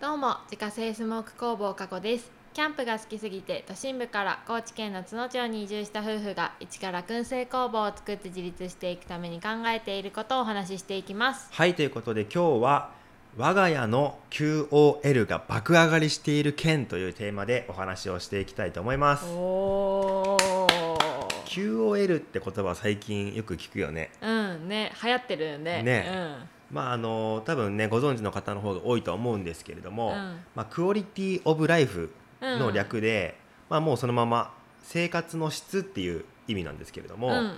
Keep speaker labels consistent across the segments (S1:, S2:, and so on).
S1: どうも自家製スモーク工房加古ですキャンプが好きすぎて都心部から高知県の津野町に移住した夫婦が一から燻製工房を作って自立していくために考えていることをお話ししていきます
S2: はいということで今日は我が家の QOL が爆上がりしている県というテーマでお話をしていきたいと思います
S1: おー
S2: QOL って言葉は最近よく聞くよね
S1: うんね流行ってるよね
S2: ねまああの多分ねご存知の方の方が多いとは思うんですけれど
S1: う
S2: も、
S1: んうん
S2: まあ、クオリティオブライフ
S1: うん
S2: の略で、まあ、もうそのまま生活の質っていう意味なんですけれども、
S1: うんうん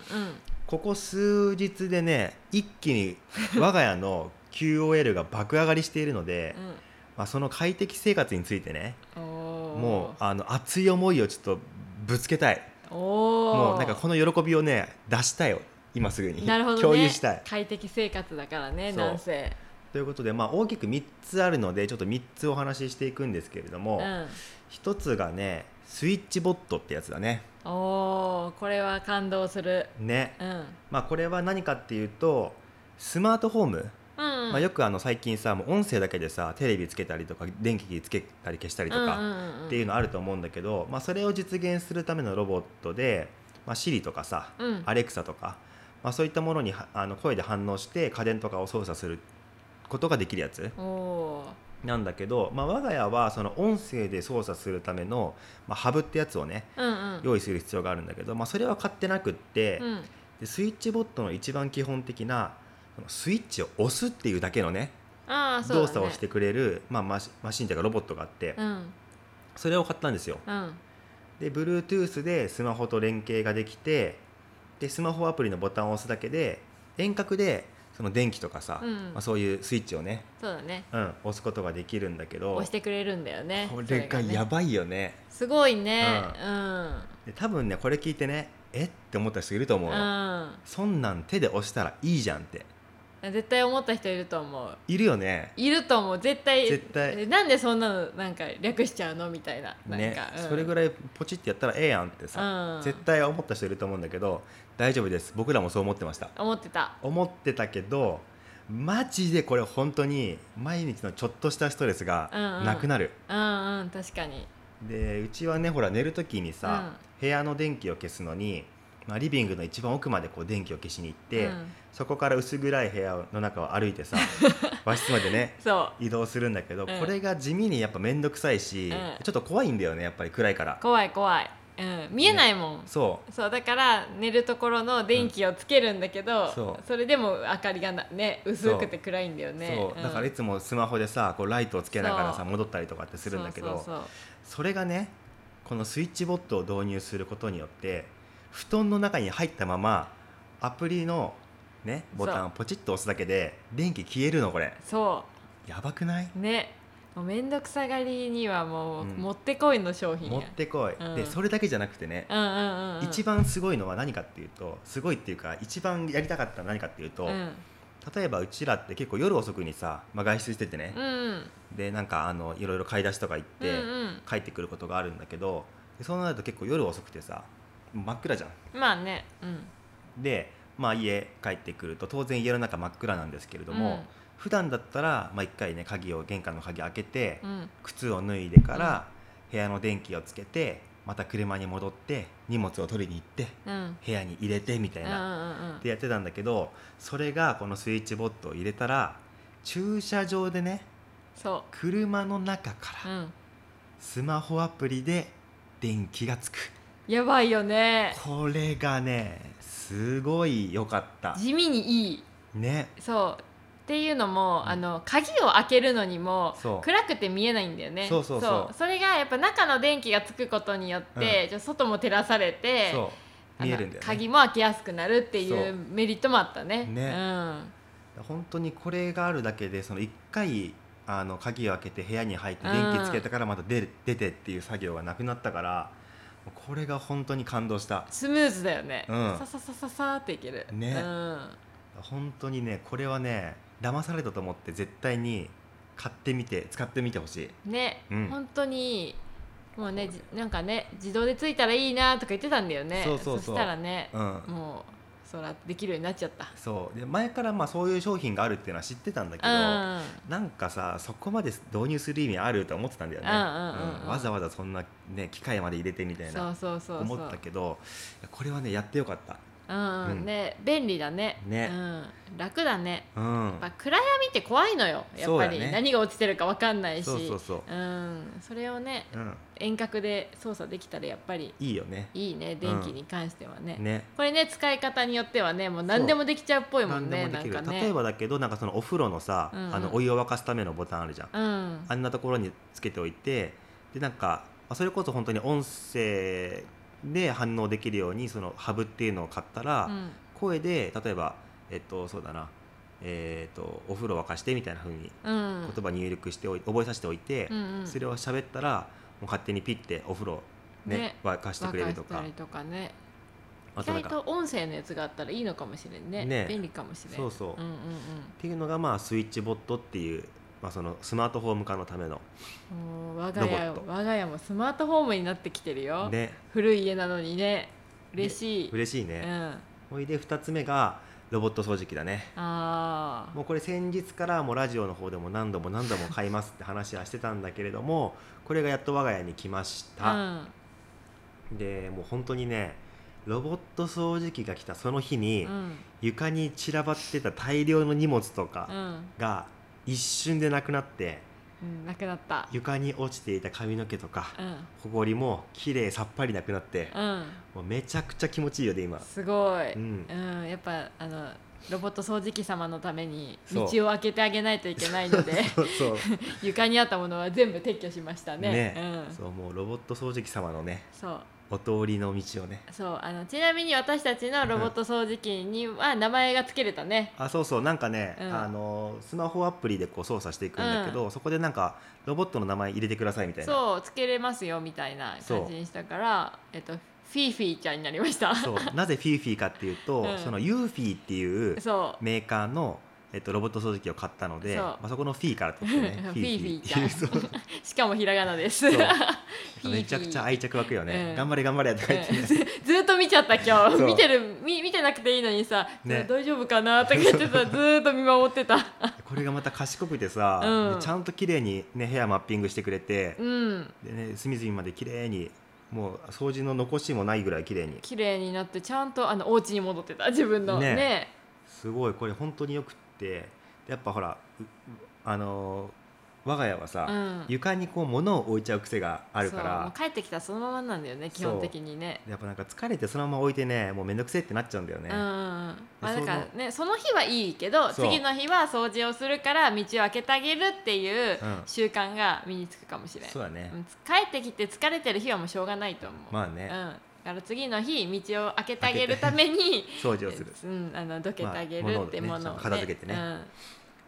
S2: ここ数日でね一気に我が家の QOL が爆上がりしているので、まあ、その快適生活についてね
S1: うんおー
S2: もうあの熱い思いをちょっとぶつけたい
S1: おー
S2: もうなんかこの喜びをね出したいよ今すぐに、
S1: なるほど、ね、
S2: 共有したい
S1: 快適生活だからね
S2: そう
S1: なんせ
S2: ということで、まあ、大きく3つあるのでちょっと3つお話ししていくんですけれど
S1: う
S2: も、
S1: ん
S2: 1つがねスイッチボットってやつだね
S1: おーこれは感動する
S2: ね、
S1: うんうん
S2: まあ、これは何かっていうとスマートホーム、
S1: うん
S2: まあ、よくあの最近さもう音声だけでさテレビつけたりとか電気つけたり消したりとか、
S1: か
S2: っていうのあると思うんだけど、まあ、それを実現するためのロボットで、まあ、Siri とかさ、
S1: うん
S2: アレクサとか、まあ、そういったものにはあの声で反応して家電とかを操作することができるやつ
S1: おー
S2: なんだけど、まあ、我が家はその音声で操作するための、まあ、ハブってやつをね
S1: うんうん
S2: 用意する必要があるんだけど、まあ、それは買ってなくって、
S1: うん
S2: でスイッチボットの一番基本的なそのスイッチを押すっていうだけのね
S1: ああそうだ、ね、
S2: 動作をしてくれる、まあ、マシマシンというかロボットがあって、
S1: うん
S2: それを買ったんですよ。
S1: うん
S2: で Bluetooth でスマホと連携ができてでスマホアプリのボタンを押すだけで遠隔でその電気とかさ、
S1: うん
S2: まあ、そういうスイッチをね、
S1: そうだね
S2: うん、押すことができるんだけど
S1: 押してくれるんだよね
S2: これがや
S1: ば
S2: ばいよね
S1: すごいね
S2: う
S1: うん
S2: で多分ねこれ聞いてねえって思った人いると思う
S1: う
S2: の、
S1: ん、
S2: そんなん手で押したらいいじゃんって
S1: 絶対思った人いると思う
S2: いるよね
S1: いると思う絶対
S2: 絶対
S1: えなんでそんなのなんか略しちゃうのみたいななん
S2: ね
S1: か、
S2: それぐ
S1: らい
S2: らいポチってやったらええやんってさ、
S1: うん、
S2: 絶対思った人いると思うんだけど大丈夫です僕らもそう思ってました
S1: 思ってた
S2: 思ってたけどマジでこれ本当に毎日のちょっとしたストレス
S1: うん
S2: が
S1: うん
S2: なくなる、
S1: うんうん確かに
S2: でうちはねほら寝る時にさ、部屋の電気を消すのに、まあ、リビングの一番奥までこう電気を消しに行って、
S1: うん、
S2: そこから薄暗い部屋の中を歩いて さ和室までね
S1: そ
S2: 移動するんだけど、
S1: うん
S2: これが地味にやっぱ面倒くさいし、
S1: うん
S2: ちょっと怖いんだよねやっぱり暗いから
S1: う怖い怖い、うん、見えないもん、
S2: そ
S1: そうだから寝るところの電気をつけるんだけど、
S2: うんそう
S1: れでも明かりがなね薄くて暗いんだよ
S2: う,、
S1: ね
S2: そうだからい
S1: つ
S2: つもスマホでさこうライトをつけながら
S1: そう
S2: さ戻ったりとかってするんだけど
S1: そうそう
S2: それがねこのスイッチボットを導入することによって布団の中に入ったままアプリのねボタンをポチッと押すだけで電気消えるのこれ
S1: そうそ
S2: やばくないう
S1: ねもう面倒くさがりにはもう、
S2: うん
S1: もってこいの商品や
S2: 持ってこい、
S1: うん
S2: でそれだけじゃなくてね、
S1: うんうんうん、うん、
S2: 一番すごいのは何かっていうとすごいっていうか一番やりたかったのは何かっていうと、
S1: うん
S2: 例えばうちらって結構夜遅くにさ、まあ、外出しててね
S1: う、ん
S2: でなんかあのいろいろ買い出しとか行って、
S1: うんうん
S2: 帰ってくることがあるんだけどでそうなると結構夜遅くてさ真っ暗じゃん
S1: まあねうん
S2: で、まあ、家帰ってくると当然家の中真っ暗なんですけれども、
S1: うん
S2: 普段だったら、まあ、一回ね鍵を玄関の鍵開けて、
S1: うん
S2: 靴を脱いでから部屋の電気をつけてまた車に戻って荷物を取りに行って
S1: うん
S2: 部屋に入れてみたい
S1: うんう
S2: な、
S1: んうん
S2: ってやってたんだけどそれがこのスイッチボットを入れたら駐車場でね
S1: そ
S2: 車の中か
S1: うう
S2: ら
S1: ん
S2: スマホアプリで電気がつく
S1: やばいよね
S2: これがねすごい良かった
S1: 地味にいい
S2: ね
S1: そうっていうのも、
S2: うん
S1: あの鍵を開けるのにも
S2: そう
S1: 暗くて見えないんだよね
S2: そうそうそう
S1: れがやっぱ中の電気がつくことによって、じゃあ外も照らされて
S2: そう
S1: あの
S2: 見えるんだよね
S1: 鍵も開けやすくなるってい
S2: そうう
S1: メリットもあったね
S2: ね本当にこれがあるだけでその1回あの鍵を開けて部屋に入って電気つけてからまた出る出てっていう作業がなくなったからこれが本当に感動し
S1: う
S2: た
S1: ん、スムーズだよね、
S2: うん
S1: さささささーっていける
S2: ね
S1: うん、
S2: 本当にねこれはね騙されたと思って絶対に買ってみて使ってみてほしい
S1: ね、
S2: うん
S1: 本当にもうねじなんかね自動でついたらいいなとか言ってたんだよね
S2: そうそうそう
S1: したらね、
S2: うん
S1: もうそらできるようになっちゃった
S2: そうで前からまあそういう商品があるっていうのは知ってたんだけど、
S1: うん
S2: なんかさそこまで導入する意味あると思ってたんだよね、
S1: うんうんうんうん
S2: うんわざわざそんな、ね、機械まで入れてみたい
S1: そ
S2: な
S1: うそうそうそう
S2: 思ったけどいやこれはねやってよかった
S1: うん、う、
S2: うんん
S1: ね便利だね
S2: ね
S1: うん、楽だね
S2: うん
S1: やっぱ暗闇って怖いのよやっ
S2: そう
S1: ぱ
S2: だ
S1: り、
S2: ね
S1: 何が落ちてるか分かんないし
S2: そうそうそう、
S1: うん、それをね
S2: うん、
S1: 遠隔で操作できたらやっぱり
S2: いいよね
S1: いいね電気に関してはね、
S2: ね
S1: これね使い方によってはねもう何でもできちゃうっぽいもん
S2: 何で
S1: ね
S2: もで
S1: なん
S2: きる、
S1: かね
S2: 例えばだけどなんかそのお風呂のさ、
S1: うんうん
S2: あのお湯を沸かすためのボタンあるじゃん、
S1: うん
S2: あんなところにつけておいてでなんかまあそれこそ本当に音声で反応できるようにそのハブっていうのを買ったら、
S1: うん
S2: 声で例えばえっとそうだなえっとお風呂沸かしてみたいな風に
S1: うん
S2: 言葉入力しておい覚えさせておいて、
S1: うんうん
S2: それを喋ったらもう勝手にピッてお風呂ね
S1: ね
S2: 沸かしてくれると
S1: 沸
S2: か
S1: したりとかね
S2: あ
S1: 意
S2: となん
S1: 外
S2: か
S1: と音声のやつがあったらいいのかもしれんね
S2: ね
S1: 便利かもしれん
S2: そうそう
S1: うんうん
S2: っていうのがまあスイッチボットっていう、まあ、そのスマートフォーム化のための
S1: うんもう我が家
S2: ロボット
S1: 我が家もスマートホームになってきてるよ、
S2: ね
S1: 古い家なのにね嬉しい、
S2: 嬉しい
S1: うん、
S2: ね、
S1: あ
S2: おいで2つ目がロボット掃除機だね
S1: あー
S2: もうこれ先日からもうラジオの方でも何度も何度も買いますって話はしてたんだけれども これがやっと我が家に来ました、
S1: うん
S2: でもう本当にねロボット掃除機が来たその日に、
S1: うん
S2: 床に散らばってた大量の荷物と
S1: う
S2: か
S1: ん
S2: が一瞬でなくなって
S1: うんなくなった
S2: 床に落ちていた髪の毛とか
S1: うん
S2: ほこりも綺麗さっぱりなくなって
S1: うん
S2: もうめちゃくちゃ気持ちいいよね今
S1: すごい、
S2: うん
S1: うん、やっぱあのロボット掃除機様のために
S2: そう
S1: 道を開けてあげないといけないので
S2: そうそう
S1: 床にあったものは全部撤去しましたね。
S2: ね
S1: うん、
S2: そうもうロボット掃除機様のね
S1: そう
S2: お通りの道をね
S1: そうあのちなみに私たちのロボット掃除機には名前がつけれたね。
S2: あそうそうなんかね、
S1: うん
S2: あのスマホアプリでこう操作していくんだけど、そこでなんかロボットの名前入れてくださいみたいな
S1: そうつけれますよみたいな感じにしたから、えっとフィーフィーちゃんになりました。
S2: そうなぜフィーフィーかっていうと、
S1: うん
S2: そのユーフィーってい う
S1: そう。
S2: メーカーの、えっと、ロボット掃除機を買ったので
S1: そ
S2: そうまあ、そこのフィーから取ってね
S1: フィーフィーちゃん
S2: フィーフィーっていう
S1: しかもひらがなです。
S2: そう
S1: フ
S2: そう
S1: ィーフィー
S2: めちゃくちゃ愛着湧くよね、
S1: うん
S2: 頑張れ頑張れって書いて ね、
S1: ずーっと見ちゃった今日
S2: そう
S1: 見てる見見てなくていいのにさ、
S2: ね
S1: 大丈夫かなとか言って さずーっと見守ってた
S2: これがまた賢くてさ、
S1: うん
S2: でちゃんと綺麗にね部屋マッピングしてくれて
S1: う、ん
S2: でね、隅々まで綺麗にもう掃除の残しもないぐらい綺麗に
S1: 綺麗になってちゃんとあのお家に戻ってた自分のね
S2: ねすごいこれ本当によくってでやっぱほらううあのー我が家はさ、
S1: うん
S2: 床にこう物を置いちゃう癖があるか
S1: そうもう
S2: ら
S1: 帰ってきたらそのままなんだよね基本的にね
S2: やっぱなんか疲れてそのまま置いてねもうめんどくせえってなっちゃうんだよね、
S1: うんうんうんまあ、だ
S2: でその
S1: からねその日はいいけど
S2: そう
S1: 次の日は掃除をするから道を開けてあげるっていう
S2: うん
S1: 習慣が身につくかもしれん、
S2: そうだね、
S1: うん帰ってきて疲れてる日はもうしょうがないと思う、
S2: まあ
S1: う
S2: ね
S1: ん、、だから次の日道を開けてあげるために
S2: 掃除をする
S1: うん、あのどけてあげるっても
S2: まあ
S1: のを、
S2: 物をね片付けてね
S1: うん、っ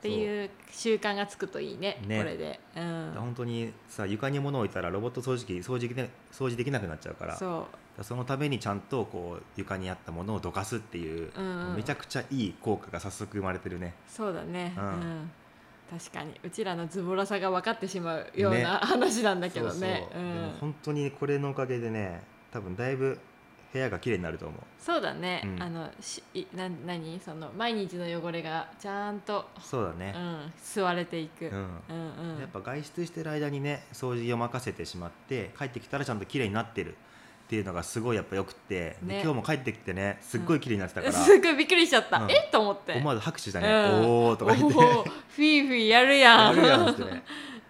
S1: ていう習慣がつくといいね
S2: ね
S1: これで、うん、
S2: 本当にさ床に物を置いたらロボット掃除機掃除できな掃除できなくなっちゃうからだか
S1: そ
S2: らそのためにちゃんとこう床にあったものをどかすっていう、
S1: うんうん
S2: めちゃくちゃいい効果が早速生まれてるね
S1: うそうだね、う
S2: うんん
S1: 確かにうちらのズボラさが分かってしまうような、
S2: ね
S1: 話なんだけどね
S2: そ
S1: う
S2: うそう、でも
S1: ん
S2: 本当にこれのおかげでね多分だいぶ部屋が綺麗になると思う
S1: そうだね、
S2: うん
S1: あのしいな何その毎日の汚れがちゃんと、
S2: そうだ
S1: う
S2: ね
S1: ん、吸われていく、う
S2: うんん、
S1: うん
S2: やっぱ外出してる間にね掃除を任せてしまって帰ってきたらちゃんと綺麗になってるっていうのがすごいやっぱよくって、で
S1: ね
S2: 今日も帰ってきてねすっごい綺麗になってたから、
S1: すごいびっくりしちゃった、
S2: うん
S1: えっと思って
S2: 思わず拍手だね、
S1: うん
S2: おーとか言って
S1: おーフィーフィーやるや
S2: や
S1: ん
S2: る やんってね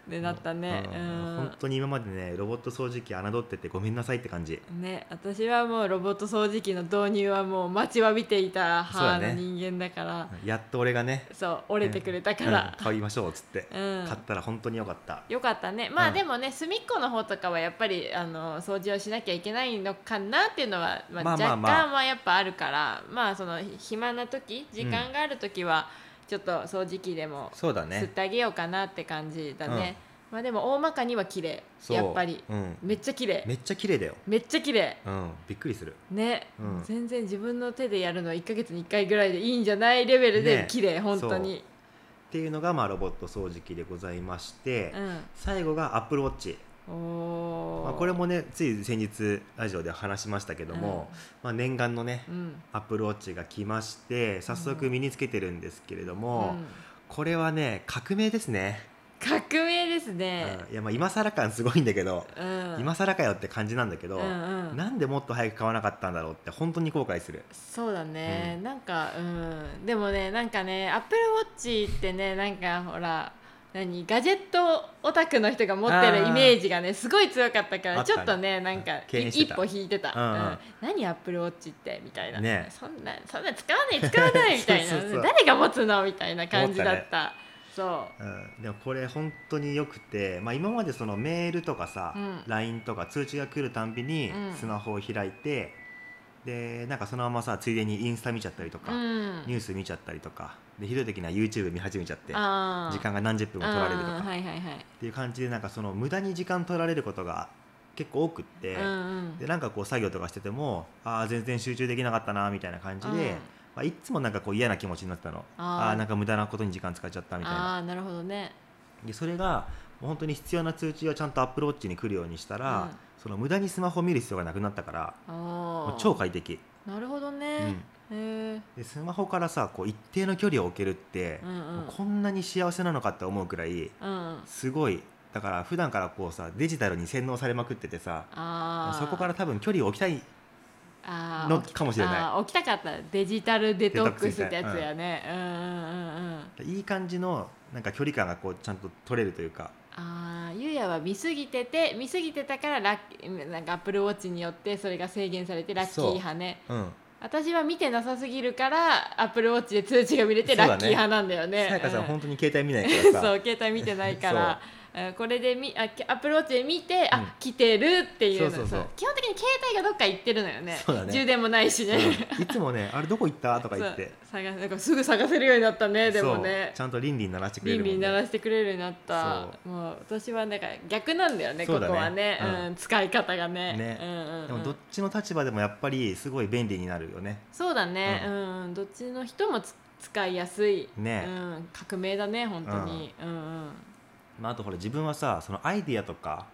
S1: でなったね、
S2: う
S1: うんん
S2: 本当に今までねロボット掃除機侮っててごめんなさいって感じ
S1: ね、私はもうロボット掃除機の導入はもう待ちわびていた派の人間だから
S2: やっと俺がね
S1: そう,、折れてくれたから
S2: うん、買いましょうっつって、
S1: うん
S2: 買ったら本当によかった
S1: よかったねまあ
S2: うん
S1: でもね、隅っこの方とかはやっぱりあの掃除をしなきゃいけないのかなっていうのは、まあ、
S2: まあ
S1: 若
S2: まあ
S1: 干
S2: まあ
S1: はやっぱあるからまあその暇な時時間がある時はちょっと掃除機でも
S2: そうだ
S1: 吸っ
S2: ね
S1: てあげようかなって感じだね、まあでも大まかには綺麗
S2: そう
S1: やっぱり、
S2: うん、
S1: めっちゃ綺麗
S2: めっちゃ綺麗だよ、
S1: めっちゃ綺麗
S2: うん、びっくりする
S1: ね、
S2: うん
S1: 全然自分の手でやるの1か月に1回ぐらいでいいんじゃないレベルで
S2: ね
S1: 綺麗、本当に
S2: っていうのがまあロボット掃除機でございまして、
S1: う、ん、
S2: 最後がアップルウォッチ
S1: おー
S2: まあ、これもねつい先日ラジオで話しましたけども、まあ、念願のね
S1: うん
S2: アップルウォッチが来まして早速身につけてるんですけれど
S1: うん
S2: も、これはね革命ですね、
S1: 革命ですね、
S2: うんいやまあ今更感すごいんだけど、
S1: うん、
S2: 今更かよって感じなんだけど、
S1: うんうん、
S2: なんでもっと早く買わなかったんだろうって本当に後悔する
S1: そうだね、
S2: う
S1: なんかうんでもねなんかねアップルウォッチってねなんかほら何ガジェットオタクの人が持って
S2: あ
S1: る
S2: ー
S1: イメージがねすごい強かったか
S2: あ
S1: ら
S2: った
S1: ち
S2: ね
S1: ょっとねなんかい
S2: 敬遠して
S1: 一
S2: た
S1: 歩引いてた、
S2: うんうん
S1: うん何アップルウォッチってみたいな、
S2: ね
S1: そんなそんな使わない使わないみたいな
S2: そうそうそう
S1: 誰が持つのみたいな感じだ
S2: 思
S1: っ
S2: ったた
S1: そ
S2: うん、でもこれ本当によくて、まあ、今までそのメールとかさ、
S1: うん
S2: LINE とか通知が来るたんびに
S1: うん
S2: スマホを開いて、でなんかそのままさついでにインスタ見ちゃったりと
S1: う、
S2: か、
S1: うん、
S2: ニュース見ちゃったりとかでひどい時には YouTube 見始めちゃって時
S1: あー
S2: 間が何十分も取られると
S1: う
S2: か
S1: ん
S2: っ
S1: はいはいはい、
S2: ていう感じでなんかその無駄に時間取られることが結構多くって、
S1: うんうん
S2: でなんかこう作業とかしててもああ全然集中できなかったなみたいな感じで、
S1: うん
S2: まあ、いっつもなんかこう嫌な気持ちになってたの
S1: あー
S2: あーなんか無駄なことに時間使っちゃったみたいな。
S1: ああーなるほどね
S2: でそれがもう本当に必要な通知をちゃんとアップルウォッチに来るようにしたら、
S1: うん
S2: その無駄にスマホを見る必要がなくなったからもう
S1: ああ
S2: 超快適、
S1: なるほど
S2: う
S1: ね
S2: ん、
S1: へえ
S2: でスマホからさこう一定の距離を置けるって、
S1: うんうん
S2: もうこんなに幸せなのかって思うくらい
S1: うん
S2: すごいだから普段からこうさデジタルに洗脳されまくっててさ
S1: あー
S2: そこから多分距離を置きたい
S1: あー
S2: の
S1: 起き
S2: かもしれない
S1: あー起きたかったデジタルデトックスっ
S2: デトックス
S1: て
S2: みたい
S1: やつやねうんうんうんうん
S2: いい感じのなんか距離感がこうちゃんと取れるというか
S1: ああゆうやは見すぎてて見すぎてたからラッキーなんかアップルウォッチによってそれが制限されてラッキー派ね
S2: うん
S1: 私は見てなさすぎるからアップルウォッチで通知が見れてラッキー派なんだよね
S2: さやかさん、
S1: うん
S2: 本当に携帯見ないから
S1: そ
S2: さ
S1: う携帯見てないからうんこれでみあきアップルウォッチで見て、あ来てるっていうの
S2: そうそうそう
S1: さ基本的に携帯がどっか行ってるのよね
S2: そうだね
S1: 充電もないしね、
S2: うんいつもねあれどこ行ったとか言って
S1: そう探すなんかすぐ探せるようになったねでも
S2: そ
S1: ね
S2: うちゃんと倫理にならしてくれ
S1: ビン
S2: るもん、ね、
S1: ビン鳴らしてくれるようになった
S2: そ
S1: もう私はなんか逆なんだよね
S2: そう
S1: こ
S2: だね
S1: こはね、
S2: う
S1: うんん使い方がね
S2: ね
S1: うんうんうん
S2: でもどっちの立場でもやっぱりすごい便利になるよね
S1: そうだね、う
S2: うん
S1: どっちの人もつ使いやすい、
S2: ね
S1: うん、革命だね本当に、うんうん
S2: まあ、あとほら自分はさそのアイディアとか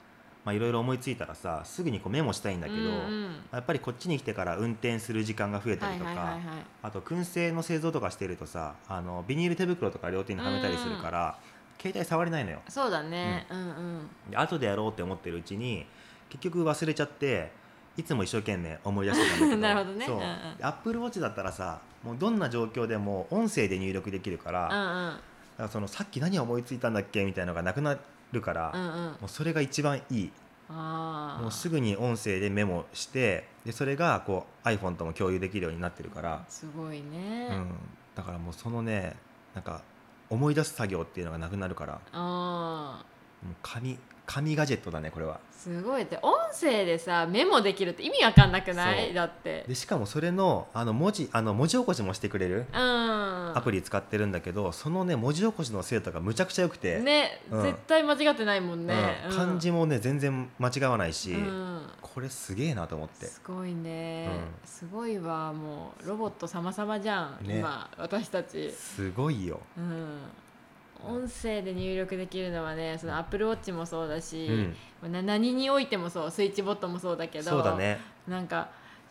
S2: まあいろいろ思いついたらさすぐにこうメモしたいんだけど、
S1: うん
S2: ま
S1: うん
S2: あやっぱりこっちに来てから運転する時間が増えた
S1: は
S2: り
S1: い
S2: とか、
S1: はいはいはい
S2: あと燻製の製造とかしてるとさあのビニール手袋とか両手にはめたりするから、携帯触れないのよ
S1: そうだね、うん、うん
S2: で後でやろうって思ってるうちに結局忘れちゃっていつも一生懸命思い出してたんだけど
S1: なるほどね
S2: そう
S1: うんうん
S2: アップルウォッチだったらさもうどんな状況でも音声で入力できるから,、
S1: う
S2: だか
S1: んうん
S2: らそのさっき何思いついたんだっけみたいのがなくなるから、
S1: うんうん
S2: もうそれが一番いい
S1: ああ
S2: もうすぐに音声でメモしてでそれがこう iPhone とも共有できるようになってるから、
S1: すごい
S2: うん
S1: ね、
S2: だからもうそのねなんか思い出す作業っていうのがなくなるから
S1: ああ
S2: もう紙紙ガジェットだねこれは。
S1: すごいって音声でさメモできるって意味わかんなくな
S2: そ
S1: いうだって
S2: でしかもそれのあの文字あの文字起こしもしてくれる
S1: うんア
S2: アプリ使ってるんだけどそのね文字起こしの精度がむちゃくちゃ良くて、
S1: ね、
S2: うん
S1: 絶対間違ってないもんね、
S2: うん漢字
S1: も
S2: もね全然間違わないし、
S1: うん、
S2: これすげえなと思って
S1: すごいね、
S2: う
S1: すごいわもうロボット様々じゃん、
S2: ね
S1: 今私たち
S2: すごいよ、
S1: うん音声で入力できるのはねそのアップルウォッチもそうだし、
S2: うん、
S1: な何においてもそうスイッチボットもそうだけど
S2: そうだね
S1: なんか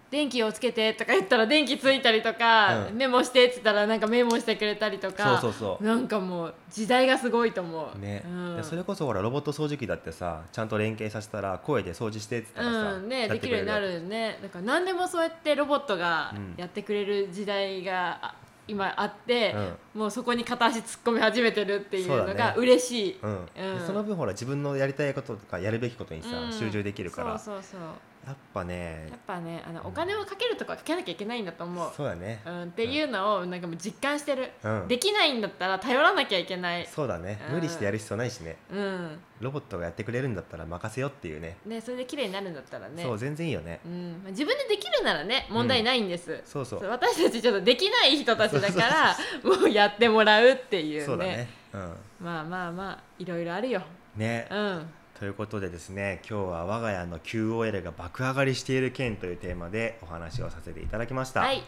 S1: 電気をつけてとか言ったら電気ついたりとか、
S2: うん
S1: メモしてって言ったらなんかメモしてくれたりと
S2: そう
S1: か
S2: そうそう
S1: なんかもう時代がすごいと思う。
S2: ね、
S1: うん
S2: でそれこそほらロボット掃除機だってさちゃんと連携させたら声で掃除してって言ったらさ、
S1: うんね、
S2: やっ
S1: で
S2: て
S1: き
S2: く
S1: るよ
S2: れ
S1: うになるねだから何でもそうやってロボットが
S2: うん
S1: やってくれる時代があ今あって
S2: う、ん
S1: もうそこに片足突っ込み始めてるっていう
S2: そう
S1: の
S2: だ
S1: が
S2: ね
S1: 嬉しい、
S2: うん
S1: うん
S2: でその分ほら自分のやりたいこととかやるべきことにさ、
S1: うん
S2: 集中できるから
S1: そうそうそう
S2: やっぱね
S1: やっぱねあのお金をかけるとかかけなきゃいけないんだと思う、
S2: そうだね
S1: うん、っていうのをなんかもう実感してる、
S2: うん
S1: できないんだったら頼らなきゃいけない
S2: そうだね
S1: うん
S2: 無理してやる必要ないしね
S1: うん
S2: ロボットがやってくれるんだったら任せよっていうね
S1: ねそれで綺麗になるんだったらね
S2: そう全然いいよね
S1: うん、まあ自分でできるならね問題ないんです、
S2: そうそう
S1: そう私たちちょっとできない人たちだからもうやってもらうっていうね
S2: そうだねうん
S1: まあまあまあいろいろあるよ
S2: ね
S1: うん
S2: ということでですね今日は我が家の QOL が爆上がりしている件というテーマでお話をさせていただきました、
S1: はい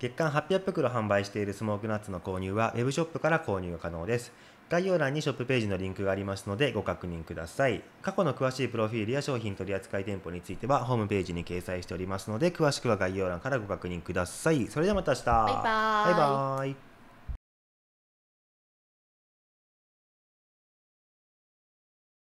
S2: 月間800袋販売しているスモークナッツの購入はウェブショップから購入が可能です概要欄にショップページのリンクがありますのでご確認ください過去の詳しいプロフィールや商品取扱店舗についてはホームページに掲載しておりますので詳しくは概要欄からご確認くださいそれではまた明日バ
S1: イバーイ
S2: バイバーイ